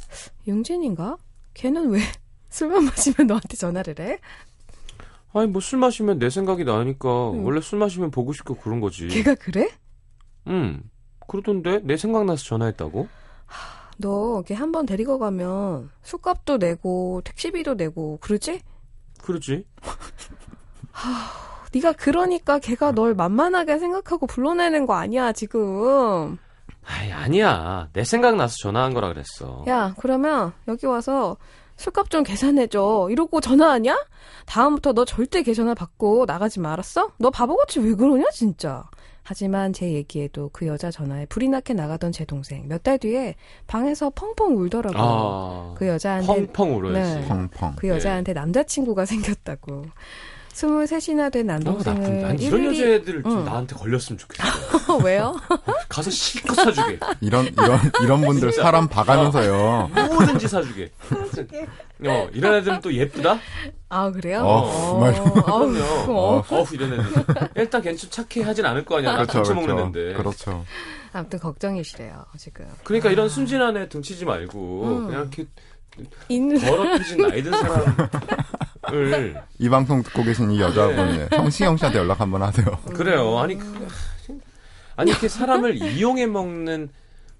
D: 용진인가? 걔는 왜 *laughs* 술만 마시면 너한테 전화를 해?
A: 아니 뭐 술 마시면 내 생각이 나니까
D: 음.
A: 원래 술 마시면 보고 싶고 그런 거지.
D: 걔가 그래?
A: 음 그러던데 내 생각 나서 전화했다고?
D: 너 걔 한 번 데리고 가면 술값도 내고 택시비도 내고 그러지?
A: 그러지?
D: 네가 그러니까 걔가 널 만만하게 생각하고 불러내는 거 아니야 지금.
A: 아이 아니야 내 생각 나서 전화한 거라 그랬어.
D: 야 그러면 여기 와서 술값 좀 계산해줘 이러고 전화하냐? 다음부터 너 절대 걔 전화 받고 나가지 말았어? 너 바보같이 왜 그러냐 진짜 하지만 제 얘기에도 그 여자 전화에 불이 나게 나가던 제 동생 몇 달 뒤에 방에서 펑펑 울더라고요
A: 아
D: 그 여자한테
A: 펑펑 울어야지.
D: 네.
B: 펑펑.
D: *laughs* 그 여자한테 남자친구가 생겼다고 23이나 된
A: 어, 나쁜,
D: 뭐 남동생을
A: 난 이런
D: 일일이 *laughs*
A: 여자애들 좀 나한테 걸렸으면 좋겠어.
D: 왜요?
A: 가서 실컷 사주게.
B: 이런 이런 이런 분들
A: 진짜.
B: 사람 봐가면서요.
A: 뭐든지 사주게. 어, 이런 애들은 또 예쁘다?
D: 아 그래요?
B: 어,
D: *laughs*
B: 정말.
D: 어우,
A: 그럼요.
D: 어.
A: 어후, 이런 애들. 일단 괜찮 착해 하진 않을 거 아니야. 나
B: 그렇죠,
A: 그렇죠, 먹는
B: 그렇죠.
A: 애인데.
B: 그렇죠.
D: 아무튼 걱정이시래요 지금.
A: 그러니까 이런 순진한 애 등치지 말고 그냥 이렇게
D: 음. 있는 음.
A: 더럽혀진 나이든 사람을
B: 이 방송 듣고 계신 이 여자분,
A: 네.
B: 예. 성시경 씨한테 연락 한번 하세요.
A: 그래요. 아니 그, 아니 이렇게 사람을 이용해 먹는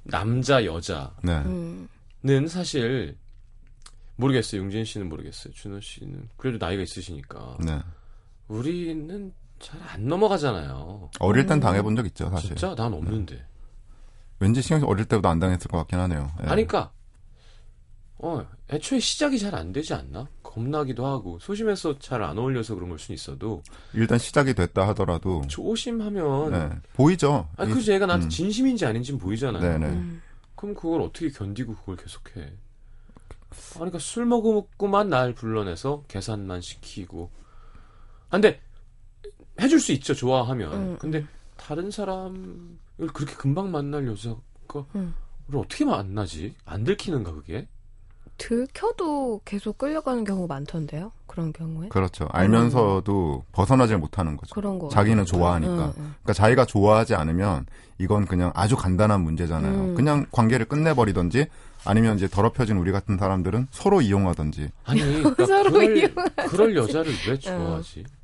A: 남자 여자는
B: 네.
D: 음.
A: 사실 모르겠어요. 용진 씨는 모르겠어요. 준호 씨는 그래도 나이가 있으시니까
B: 네.
A: 우리는 잘 안 넘어가잖아요.
B: 어릴 땐 당해본 적 있죠, 사실.
A: 음. 진짜 난 없는데.
B: 네. 왠지 시경 씨 어릴 때보다 안 당했을 것 같긴 하네요. 예.
A: 아니 그러니까 어 애초에 시작이 잘 안 되지 않나? 겁나기도 하고 소심해서 잘 안 어울려서 그런 걸 수는 있어도
B: 일단 시작이 됐다 하더라도.
A: 조심하면
B: 네. 보이죠?
A: 그렇죠. 아니 그렇죠. 음.
B: 이-
A: 그래서 얘가 나한테
B: 음.
A: 진심인지 아닌지는 보이잖아요.
B: 네네.
A: 그럼 그걸 어떻게 견디고 그걸 계속해? 아니, 그러니까 술 먹고만 날 불러내서 계산만 시키고. 아, 근데 해줄 수 있죠 좋아하면.
D: 음,
A: 근데 다른 사람을 그렇게 금방 만날 여자가를
D: 음.
A: 어떻게 만나지? 안 들키는가 그게?
D: 들켜도 계속 끌려가는 경우 많던데요. 그런 경우에
B: 그렇죠. 알면서도 벗어나질 못하는 거죠.
D: 그런
A: 그렇죠.
D: 거.
B: 자기는
A: 음.
B: 좋아하니까.
D: 응, 응.
B: 그러니까 자기가 좋아하지 않으면 이건 그냥 아주 간단한 문제잖아요.
D: 음.
B: 그냥 관계를 끝내버리든지 아니면 이제 더럽혀진 우리 같은 사람들은 서로 이용하던지
D: *laughs*
A: 아니 그러니까
D: 서로
A: 그럴,
D: 이용하지. 어.
A: 그럴 여자를 왜 좋아하지?
D: *laughs*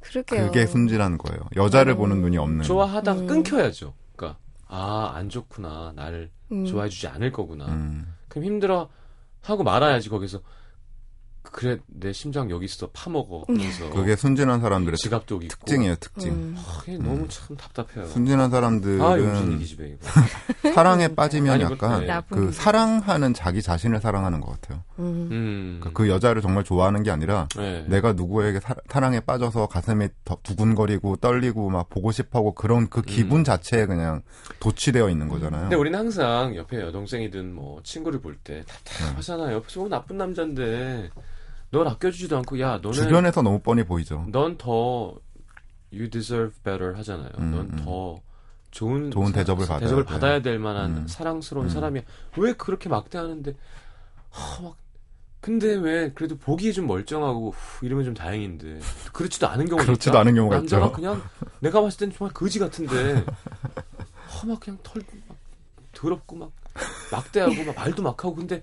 D: 그러게요.
B: 그게 숨질하는 거예요. 여자를 보는 눈이 없는.
A: 좋아하다가
D: 음.
A: 끊겨야죠. 그러니까 아 안 좋구나 나를
D: 음.
A: 좋아해주지 않을 거구나.
B: 음.
A: 그럼 힘들어 하고 말아야지 거기서 그래 내 심장 여기 있어 파먹어 하면서
B: 그게 순진한 사람들의
A: 지갑도 있고
B: 특징이에요, 특징.
D: 음.
A: 아, 그게 너무 참 답답해요.
B: 순진한
A: 아 용진
B: 사람들은
A: 이기 집에 이거.
B: *laughs*
A: *laughs*
B: 사랑에 빠지면
A: 아니,
B: 약간
A: 그렇네.
D: 나쁜
B: 그
D: 분들.
B: 사랑하는 자기 자신을 사랑하는 것 같아요.
D: 음.
A: 음.
B: 그러니까 그 여자를 정말 좋아하는 게 아니라
A: 네.
B: 내가 누구에게 사, 사랑에 빠져서 가슴이 더 두근거리고 떨리고 막 보고 싶어하고 그런 그 기분 자체에 그냥 도취되어 있는 거잖아요.
A: 음. 근데 우리는 항상 옆에 여동생이든 뭐 친구를 볼
B: 음.
A: 때 답답하잖아요. 옆에서 오 나쁜 남잔데 널 아껴주지도 않고 야 너는 음.
B: 주변에서 너무 뻔히 보이죠.
A: 넌더 you deserve better 하잖아요.
B: 음, 음.
A: 넌 더 좋은
B: 좋은 대접을 받아야
A: 대접을
B: 돼.
A: 받아야 될 만한
B: 음.
A: 사랑스러운
B: 음.
A: 사람이야. 왜 그렇게 막대하는데 하, 막 근데 왜 그래도 보기 좀 멀쩡하고 후, 이러면 좀 다행인데 그렇지도 않은 경우가
B: 그렇지도
A: 있다?
B: 않은 경우가
A: 남자가
B: 있죠.
A: 그냥 내가 봤을 땐 정말 거지 같은데 하, 막 그냥 털 막, 더럽고 막 막대하고 막 말도 막 하고 근데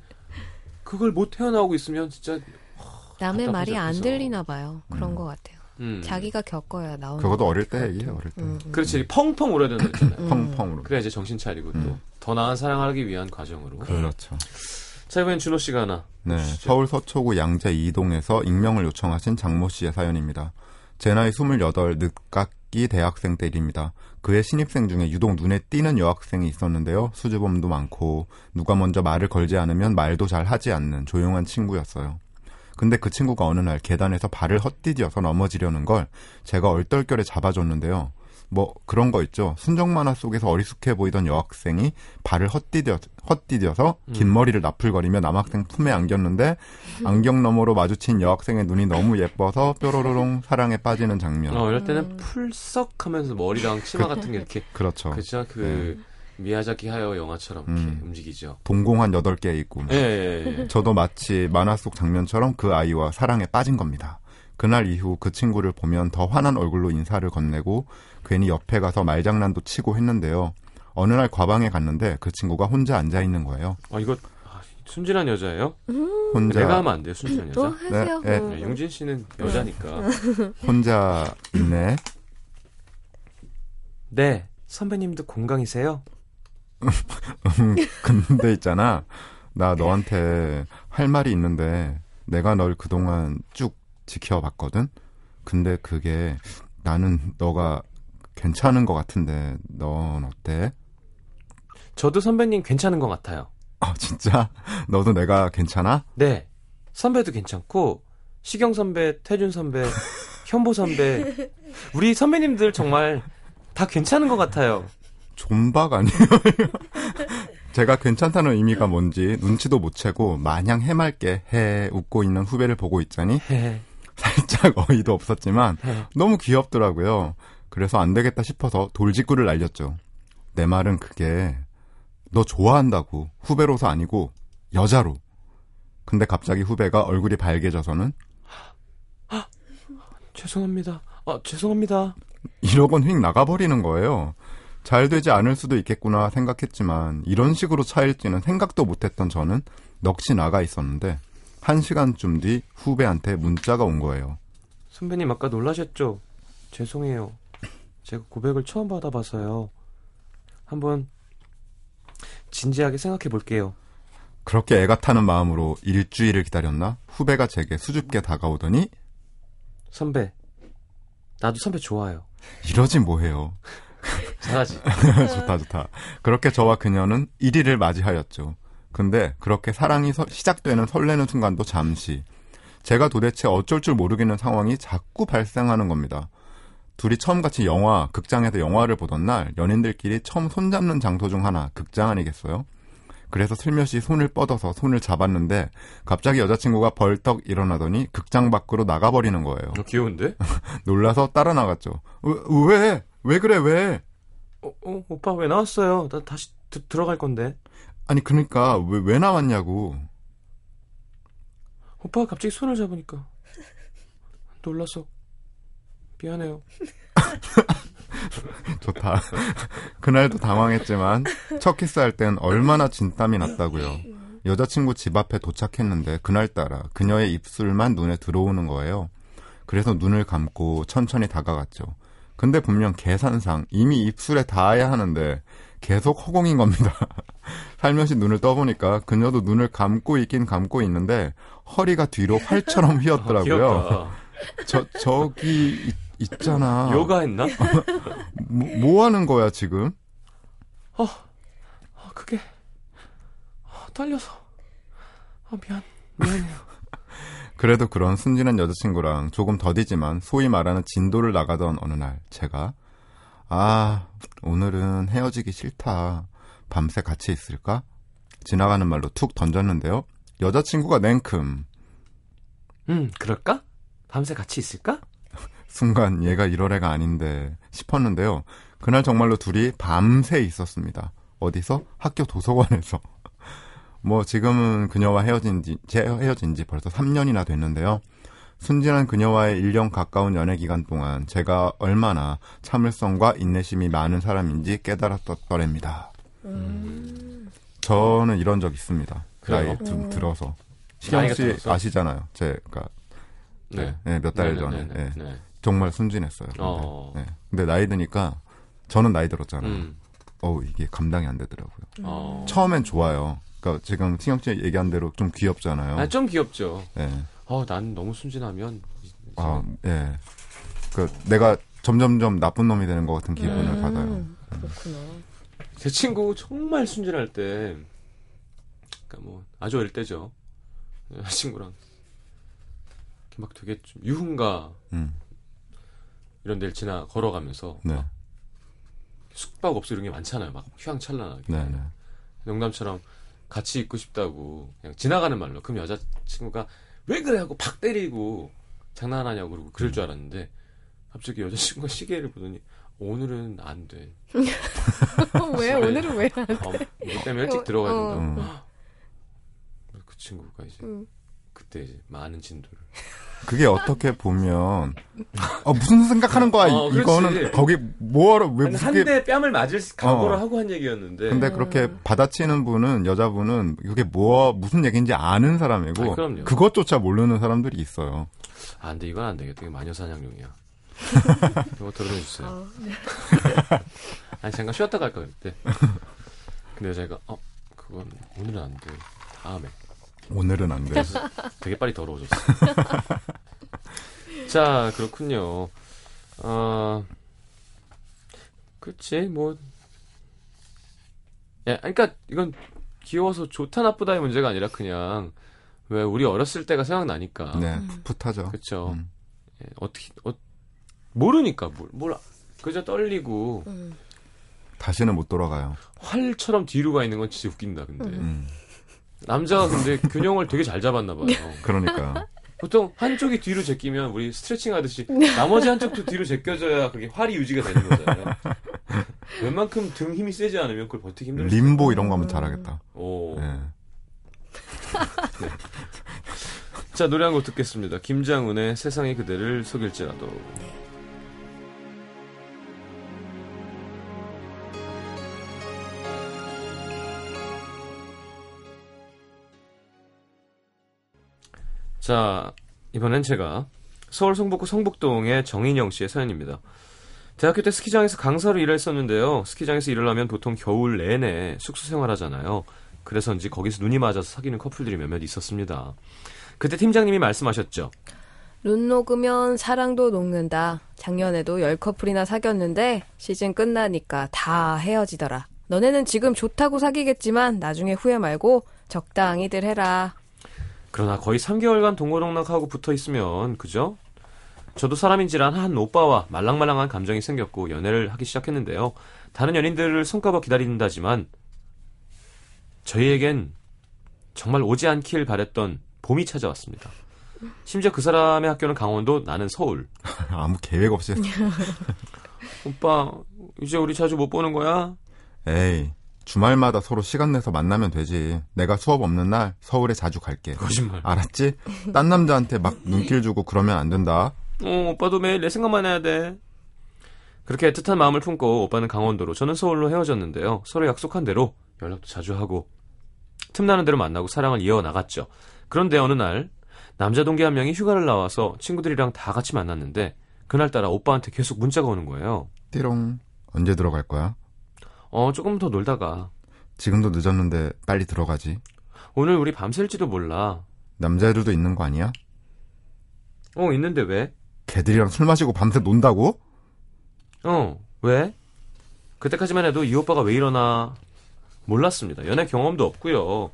A: 그걸 못 헤어나오고 있으면 진짜
D: 남의
A: 답답하지
D: 말이 안
A: 않겠어.
D: 들리나 봐요. 그런 거 같아요.
A: 음.
D: 자기가 겪어야 나오는.
B: 그것도
D: 거
B: 어릴 때
D: 같아요.
B: 얘기해요, 어릴 때.
D: 음, 음.
A: 그렇지 펑펑 오래된 애잖아요.
B: 펑펑으로.
A: 그렇죠. 음. 그래 이제 정신 차리고
B: 음.
A: 또 더 나은 사랑하기 위한 과정으로.
B: 그렇죠.
A: 자 이번엔 준호 씨가 하나.
B: 네, 서울 서초구 양재 2동에서 익명을 요청하신 장모 씨의 사연입니다. 제 나이 28, 늦깎이 대학생 때 일입니다. 그의 신입생 중에 유독 눈에 띄는 여학생이 있었는데요. 수줍음도 많고 누가 먼저 말을 걸지 않으면 말도 잘 하지 않는 조용한 친구였어요. 근데 그 친구가 어느 날 계단에서 발을 헛디뎌서 넘어지려는 걸 제가 얼떨결에 잡아줬는데요. 뭐 그런 거 있죠. 순정 만화 속에서 어리숙해 보이던 여학생이 발을 헛디뎌, 헛디뎌서 긴 머리를 나풀거리며 남학생 품에 안겼는데 안경 너머로 마주친 여학생의 눈이 너무 예뻐서 뾰로로롱 사랑에 빠지는 장면.
A: 어, 이럴 때는 풀썩하면서 머리랑 치마 같은 게
B: *laughs*
A: 이렇게
B: 그렇죠.
A: 그죠 그 미야자키 하여 영화처럼
B: 네. 음.
A: 이렇게 움직이죠.
B: 동공한 8개 있고.
A: 예. 예, 예.
B: 저도 마치 만화 속 장면처럼 그 아이와 사랑에 빠진 겁니다. 그날 이후 그 친구를 보면 더 환한 얼굴로 인사를 건네고 괜히 옆에 가서 말장난도 치고 했는데요. 어느 날 과방에 갔는데 그 친구가 혼자 앉아 있는 거예요.
A: 아 이거 아, 순진한 여자예요?
B: 혼자
A: 내가 하면 안 돼요 순진한
D: 또
A: 여자.
D: 어, 하세요. 음.
B: 네, 네.
A: 네, 용진 씨는 여자니까.
B: 혼자 있네. *laughs*
A: 네 선배님도 건강이세요?
B: 근데 있잖아. 나 너한테 할 말이 있는데 내가 널 그동안 쭉 지켜봤거든. 근데 그게 나는 너가 괜찮은 것 같은데 넌 어때?
A: 저도 선배님 괜찮은 것 같아요.
B: 아 진짜? *laughs* 너도 내가 괜찮아?
A: 네 선배도 괜찮고 시경 선배, 태준 *laughs* 선배, 현보 선배 우리 선배님들 정말 다 괜찮은 것 같아요.
B: 존박 아니에요? *laughs* 제가 괜찮다는 의미가 뭔지
A: 네.
B: 눈치도 못 채고 마냥 해맑게 해 웃고 있는 후배를 보고 있자니
A: 헤헤.
B: 살짝 *laughs* 어이도 없었지만 너무 귀엽더라고요. 그래서 안 되겠다 싶어서 돌직구를 날렸죠. 내 말은 그게 너 좋아한다고 후배로서 아니고 여자로. 근데 갑자기 후배가 얼굴이 발개져서는
A: 죄송합니다. 아, 죄송합니다.
B: 이러곤 휙 나가버리는 거예요. 잘 되지 않을 수도 있겠구나 생각했지만 이런 식으로 차일지는 생각도 못했던 저는 넋이 나가 있었는데 한 시간쯤 뒤 후배한테 문자가 온 거예요.
A: 선배님 아까 놀라셨죠? 죄송해요. 제가 고백을 처음 받아봐서요. 한번 진지하게 생각해 볼게요.
B: 그렇게 애가 타는 마음으로 일주일을 기다렸나? 후배가 제게 수줍게 다가오더니
A: 선배. 나도 선배 좋아요.
B: 이러지 뭐해요.
A: 잘하지.
B: *laughs* 좋다 좋다. 그렇게 저와 그녀는 1위를 맞이하였죠. 근데 그렇게 사랑이 서- 시작되는 설레는 순간도 잠시 제가 도대체 어쩔 줄 모르겠는 상황이 자꾸 발생하는 겁니다. 둘이 처음 같이 영화 극장에서 영화를 보던 날 연인들끼리 처음 손잡는 장소 중 하나 극장 아니겠어요? 그래서 슬며시 손을 뻗어서 손을 잡았는데 갑자기 여자친구가 벌떡 일어나더니 극장 밖으로 나가버리는 거예요.
A: 어, 귀여운데?
B: 놀라서 따라 나갔죠. 왜, 왜? 왜 그래, 왜?
A: 어, 어, 오빠 왜 나왔어요? 나 다시 드- 들어갈 건데.
B: 아니, 그러니까, 왜, 왜 나왔냐고.
A: 오빠가 갑자기 손을 잡으니까 놀라서 미안해요.
B: 좋다. *laughs* 그날도 당황했지만, 첫 키스할 땐 얼마나 진땀이 났다고요. 여자친구 집 앞에 도착했는데, 그날따라 그녀의 입술만 눈에 들어오는 거예요. 그래서 눈을 감고 천천히 다가갔죠. 근데 분명 계산상 이미 입술에 닿아야 하는데, 계속 허공인 겁니다. *laughs* 살며시 눈을 떠보니까 그녀도 눈을 감고 있긴 감고 있는데 허리가 뒤로 활처럼
A: 아,
B: 휘었더라고요.
A: 귀엽다.
B: 저 저기 있, 있잖아.
A: 요가했나?
B: 뭐, 뭐 하는 거야 지금?
A: 아, 그게 아, 떨려서 아 미안 미안해요.
B: 그래도 그런 순진한 여자친구랑 조금 더디지만 소위 말하는 진도를 나가던 어느 날 제가 아 오늘은 헤어지기 싫다 밤새 같이 있을까 지나가는 말로 툭 던졌는데요 여자친구가 냉큼
A: 음 그럴까? 밤새 같이 있을까?
B: 순간 얘가 이럴 애가 아닌데 싶었는데요 그날 정말로 둘이 밤새 있었습니다 어디서 학교 도서관에서 *laughs* 뭐 지금은 그녀와 헤어진 지 제- 헤어진 지 벌써 3년이나 됐는데요. 순진한 그녀와의 1년 가까운 연애 기간 동안 제가 얼마나 참을성과 인내심이 많은 사람인지 깨달았더랍니다. 저는 이런 적 있습니다.
A: 그래요?
B: 나이 좀 들어서 시경
A: 나이가
B: 씨
A: 들어서?
B: 아시잖아요. 제가 그러니까 네. 몇 달 전에 예.
A: 네.
B: 정말 순진했어요. 근데,
A: 어.
B: 예. 근데 나이 드니까 저는 나이 들었잖아요.
A: 음.
B: 어우 이게 감당이 안 되더라고요.
A: 어.
B: 처음엔 좋아요. 그러니까 지금 신경 씨 얘기한 대로 좀 귀엽잖아요.
A: 아, 좀 귀엽죠.
B: 예.
A: 어, 난 너무 순진하면 이-
B: 아, 예. 그 내가 점점점 나쁜 놈이 되는 것 같은 기분을
D: 음.
B: 받아요.
A: 제 친구 정말 순진할 때, 그러니까 뭐 아주 어릴 때죠. 친구랑 이렇게 막 되게 좀 유흥가
B: 음.
A: 이런 데를 지나 걸어가면서
B: 네.
A: 숙박업소 이런 게 많잖아요. 막 휘황찬란하게
B: 네, 네.
A: 농담처럼 같이 있고 싶다고 그냥 지나가는 말로 그럼 여자 친구가 왜 그래 하고 팍 때리고 장난하냐고 그러고 그럴
B: 음.
A: 줄 알았는데 갑자기 여자 친구가 시계를 보더니 오늘은 안 돼.
D: *laughs* 왜 오늘은 왜? 안-
A: 어, 너 때문에 일찍 들어가야
D: 어.
A: 된다고.
B: 음.
A: 그 친구가 이제
D: 음.
A: 그때 이제 많은 진도를
B: 그게 어떻게 보면 아, 무슨 생각하는 거야? 이-
A: 어, 그렇지.
B: 이거는 거기 뭐하러 왜 무섭게
A: 한대 뺨을 맞을 각오를
B: 어.
A: 하고 한 얘기였는데
B: 근데 그렇게 받아치는 분은 여자분은 그게 뭐 무슨 얘기인지 아는
A: 아니,
B: 사람이고
A: 그럼요.
B: 그것조차 모르는 사람들이 있어요.
A: 아, 근데 이건 안 되겠다. 이게 마녀 사냥용이야. 이거 들어주세요. *laughs* 아니, 잠깐 쉬었다 갈까 그랬대. 근데 여자애가, 어, 그건 오늘은 안 돼. 다음에.
B: 오늘은 안 돼.
A: 되게 빨리 더러워졌어. *laughs* 자, 그렇군요. 어, 그치, 뭐. 예, 아니, 그니까, 이건 귀여워서 좋다, 나쁘다의 문제가 아니라 그냥, 왜, 우리 어렸을 때가 생각나니까.
B: 네, 풋풋하죠.
A: 아. 그쵸.
B: 음.
A: 예, 어떻게 어, 모르니까 뭘, 몰라 그저 떨리고
B: 다시는 못 돌아가요.
A: 활처럼 뒤로 가 있는 건 진짜 웃긴다 근데
B: 음,
A: *laughs* 남자가 근데 균형을 되게 잘 잡았나 봐요 *laughs*
B: 그러니까
A: 보통 한쪽이 뒤로 제끼면 우리 스트레칭 하듯이 나머지 한쪽도 뒤로 제껴져야 그게 활이 유지가 되는 거잖아요. *laughs* 웬만큼 등 힘이 세지 않으면 그걸 버티기 힘들어요.
B: 림보 이런 거 하면 잘하겠다.
A: 네. 오.
B: 예.
A: 자 노래 한 곡 듣겠습니다. 김장훈의 세상이 그대를 속일지라도. 자 이번엔 제가 서울 성북구 성북동의 정인영 씨의 사연입니다. 대학교 때 스키장에서 강사로 일했었는데요. 스키장에서 일을 하면 보통 겨울 내내 숙소 생활하잖아요. 그래서인지 거기서 눈이 맞아서 사귀는 커플들이 몇몇 있었습니다. 그때 팀장님이 말씀하셨죠.
D: 눈 녹으면 사랑도 녹는다. 작년에도 열 커플이나 사귀었는데 시즌 끝나니까 다 헤어지더라. 너네는 지금 좋다고 사귀겠지만 나중에 후회 말고 적당히들 해라.
A: 그러나 거의 3개월간 동고동락하고 붙어 있으면 그죠? 저도 사람인지란 한 오빠와 말랑말랑한 감정이 생겼고 연애를 하기 시작했는데요. 다른 연인들을 손꼽아 기다린다지만 저희에겐 정말 오지 않길 바랬던 봄이 찾아왔습니다. 심지어 그 사람의 학교는 강원도, 나는 서울.
B: 아무 계획 없이 했어.
A: 오빠, 이제 우리 자주 못 보는 거야?
B: 에이, 주말마다 서로 시간 내서 만나면 되지. 내가 수업 없는 날 서울에 자주 갈게.
A: 거짓말.
B: 알았지? 딴 남자한테 막 눈길 주고 그러면 안 된다.
A: 어, 오빠도 매일 내 생각만 해야 돼. 그렇게 애틋한 마음을 품고 오빠는 강원도로 저는 서울로 헤어졌는데요. 서로 약속한 대로 연락도 자주 하고 틈나는 대로 만나고 사랑을 이어나갔죠. 그런데 어느 날 남자 동기 한 명이 휴가를 나와서 친구들이랑 다 같이 만났는데 그날따라 오빠한테 계속 문자가 오는 거예요.
B: 띠롱. 언제 들어갈 거야?
A: 어, 조금 더 놀다가
B: 지금도 늦었는데 빨리 들어가지.
A: 오늘 우리 밤샐지도 몰라.
B: 남자애들도 있는 거 아니야?
A: 어, 있는데 왜?
B: 걔들이랑 술 마시고 밤새 논다고?
A: 어, 왜? 그때까지만 해도 이 오빠가 왜 이러나 몰랐습니다. 연애 경험도 없고요.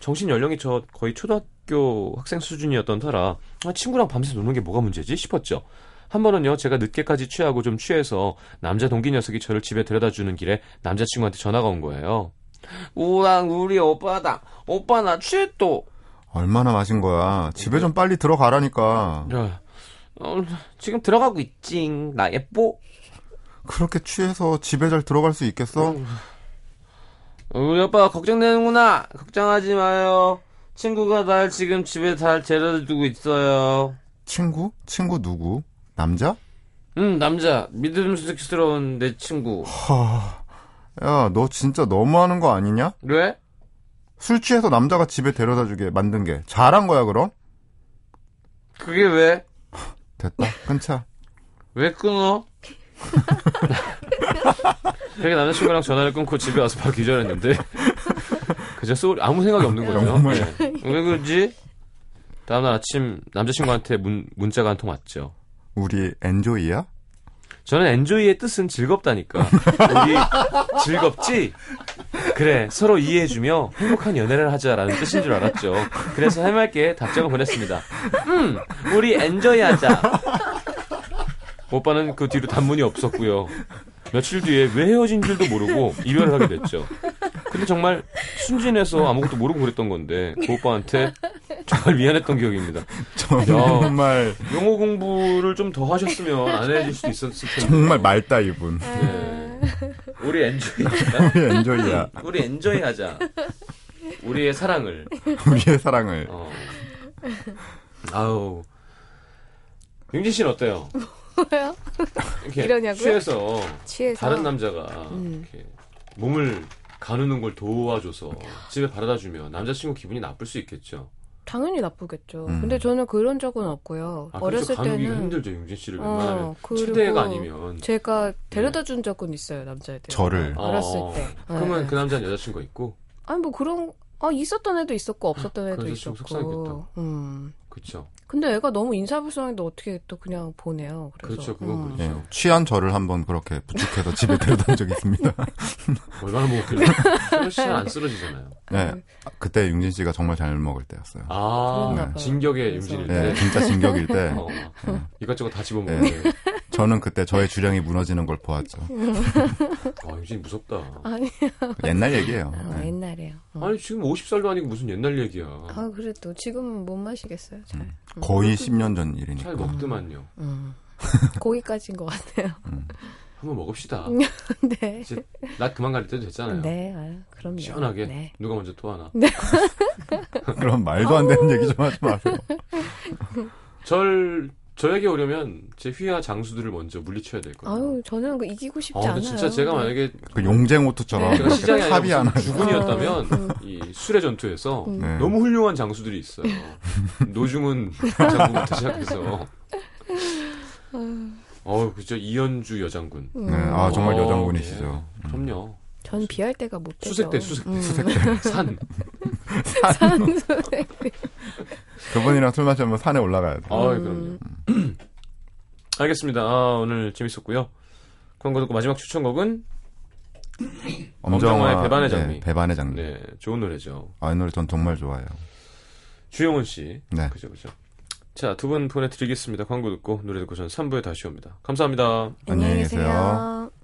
A: 정신 연령이 저 거의 초등학교 학생 수준이었던 터라 아, 친구랑 밤새 노는 게 뭐가 문제지 싶었죠. 한 번은요, 제가 늦게까지 취하고 좀 취해서 남자 동기 녀석이 저를 집에 데려다 주는 길에 남자친구한테 전화가 온 거예요. 우랑 우리 오빠다. 오빠 나 취했어.
B: 얼마나 마신 거야. 집에 좀 빨리 들어가라니까.
A: 야, 어, 지금 들어가고 있징. 나 예뻐.
B: 그렇게 취해서 집에 잘 들어갈 수 있겠어?
A: 어, 우리 오빠 걱정되는구나. 걱정하지 마요. 친구가 날 지금 집에 잘 데려다 주고 있어요.
B: 친구? 친구 누구? 남자?
A: 음, 남자. 믿음직스러운 내 친구.
B: 야, 너 진짜 너무하는 거 아니냐?
A: 왜?
B: 술 취해서 남자가 집에 데려다 주게 만든 게 잘한 거야, 그럼?
A: 그게 왜?
B: 됐다. 끊자.
A: 왜 끊어? 되게 남자친구랑 전화를 끊고 집에 와서 바로 기절했는데. 그저 소리, 아무 생각이 없는 거죠.
B: 정말.
A: 네. 왜 그러지? 다음날 아침 남자친구한테 문, 문자가 한 통 왔죠.
B: 우리 엔조이야?
A: 저는 엔조이의 뜻은 즐겁다니까. 우리 즐겁지? 그래, 서로 이해해주며 행복한 연애를 하자라는 뜻인 줄 알았죠. 그래서 해맑게 답장을 보냈습니다. 음, 우리 엔조이 하자. 오빠는 그 뒤로 단문이 없었고요. 며칠 뒤에 왜 헤어진 줄도 모르고 이별을 하게 됐죠. 근데 정말 순진해서 아무것도 모르고 그랬던 건데 그 오빠한테 정말 미안했던 기억입니다.
B: 정말
A: 영어 공부를 좀 더 하셨으면 안 해줄 수도 있었을 텐데.
B: 정말 맑다 이분.
A: 네. 우리 엔조이
B: 우리 엔조이야.
A: 우리 엔조이 하자 우리의 사랑을
B: 우리의 사랑을.
A: 어. 아우 윤진 씨는 어때요?
D: *laughs* 뭐요?
A: 이렇게
D: 이러냐고요?
A: 취해서
D: 취해서 음.
A: 다른 남자가 이렇게 몸을 가누는 걸 도와줘서 집에 바라다 주면 남자친구 기분이 나쁠 수 있겠죠.
D: 당연히 나쁘겠죠.
B: 음.
D: 근데 저는 그런 적은 없고요.
A: 아,
D: 어렸을
A: 그래서 가누기가
D: 때는
A: 힘들죠 윤진 씨를
D: 어,
A: 웬만하면
D: 그리고
A: 최대가 아니면 예.
D: 제가 데려다 준 적은 있어요 남자애들.
B: 저를.
D: 음. 어렸을
A: 어,
D: 때.
A: 그러면
D: 네.
A: 그 남자는 여자친구가 있고
D: 아니 뭐 그런 아 있었던 애도 있었고 없었던 애도
A: 그래서 지금
D: 있었고.
A: 속상했겠다.
D: 음.
A: 그쵸
D: 근데 애가 너무 인사불성인데 어떻게 또 그냥 보내요. 그래서.
A: 그렇죠 그건
D: 음.
B: 예,
A: 그렇죠
B: 취한 저를 한번 그렇게 부축해서 집에 데려다 준 적이 있습니다.
A: 얼마나
D: *laughs*
A: 먹었길래 서로 씨는 안 쓰러지잖아요
B: 예, 그때 융진 씨가 정말 잘 먹을 때였어요.
A: 아, 네.
D: 그랬나 봐요.
A: 진격의
D: 그래서.
A: 임진일
B: 예,
A: 때. *laughs*
D: 네.
B: 진짜 진격일 때.
A: 어, 이것저것 다 집어먹는
B: 네.
A: 네.
B: 저는 그때 저의 주량이 무너지는 걸 보았죠.
A: 아, 유진이 무섭다.
D: 아니,
B: 옛날 얘기예요.
A: 아,
D: 어,
B: 네.
D: 옛날에요. 어.
A: 아니, 지금 50살도 아니고 무슨 옛날 얘기야.
D: 아, 그래도 지금은 못 마시겠어요, 잘.
B: 네. 거의 10년 전
A: 잘
B: 일이니까.
A: 먹더만요.
D: 음. *laughs* 거기까지인 것 같아요. *laughs*
A: 한번 먹읍시다.
D: 네.
A: 이제 낮 그만 가릴 때도 됐잖아요.
D: 네, 아유, 그럼요.
A: 시원하게.
D: 네.
A: 누가 먼저 토하나.
B: 그런 말도 안
A: 아.
B: 되는 얘기 좀 하지 마세요.
A: 절, 저에게 오려면 제 휘하 장수들을 먼저 물리쳐야 될 거예요.
D: 아유, 저는 그 이기고 싶지
A: 아, 근데
D: 않아요. 네. 아,
A: 진짜 제가 만약에
B: 그 용쟁호투처럼
A: 제가 네, 시장이
B: 탑이
A: 아니라
B: 하나.
A: 무슨 주군이었다면 이 술의 전투에서
D: 음.
B: 네.
A: 너무 훌륭한 장수들이
B: *laughs*
A: 있어요. 노중은 장군부터 시작해서
D: 아.
A: 어우 그죠 이현주 여장군.
D: 음.
B: 네, 아 정말
A: 어,
B: 여장군이시죠.
A: 예. 그럼요.
D: 전 비할 때가 못 빼죠.
A: 수색대
D: *laughs*
A: 수색대
D: 음.
A: 수색대 산.
B: 그분이랑 술 마시면 산에 올라가야 돼.
A: 아 그럼요.
D: 음.
A: *clears throat* 알겠습니다. 아, 오늘 재밌었고요. 그런 거 듣고 마지막 추천곡은 엄정화의 배반의 장미.
B: 네, 배반의 장미.
A: 네 좋은 노래죠.
B: 아, 이 노래 전 정말 좋아해요.
A: 주영훈 씨.
B: 네.
A: 그죠 그죠. 자 두 분 보내드리겠습니다. 광고 듣고 노래 듣고 저는 3부에 다시 옵니다. 감사합니다.
B: 안녕히
D: 안녕히
B: 계세요.
D: 계세요.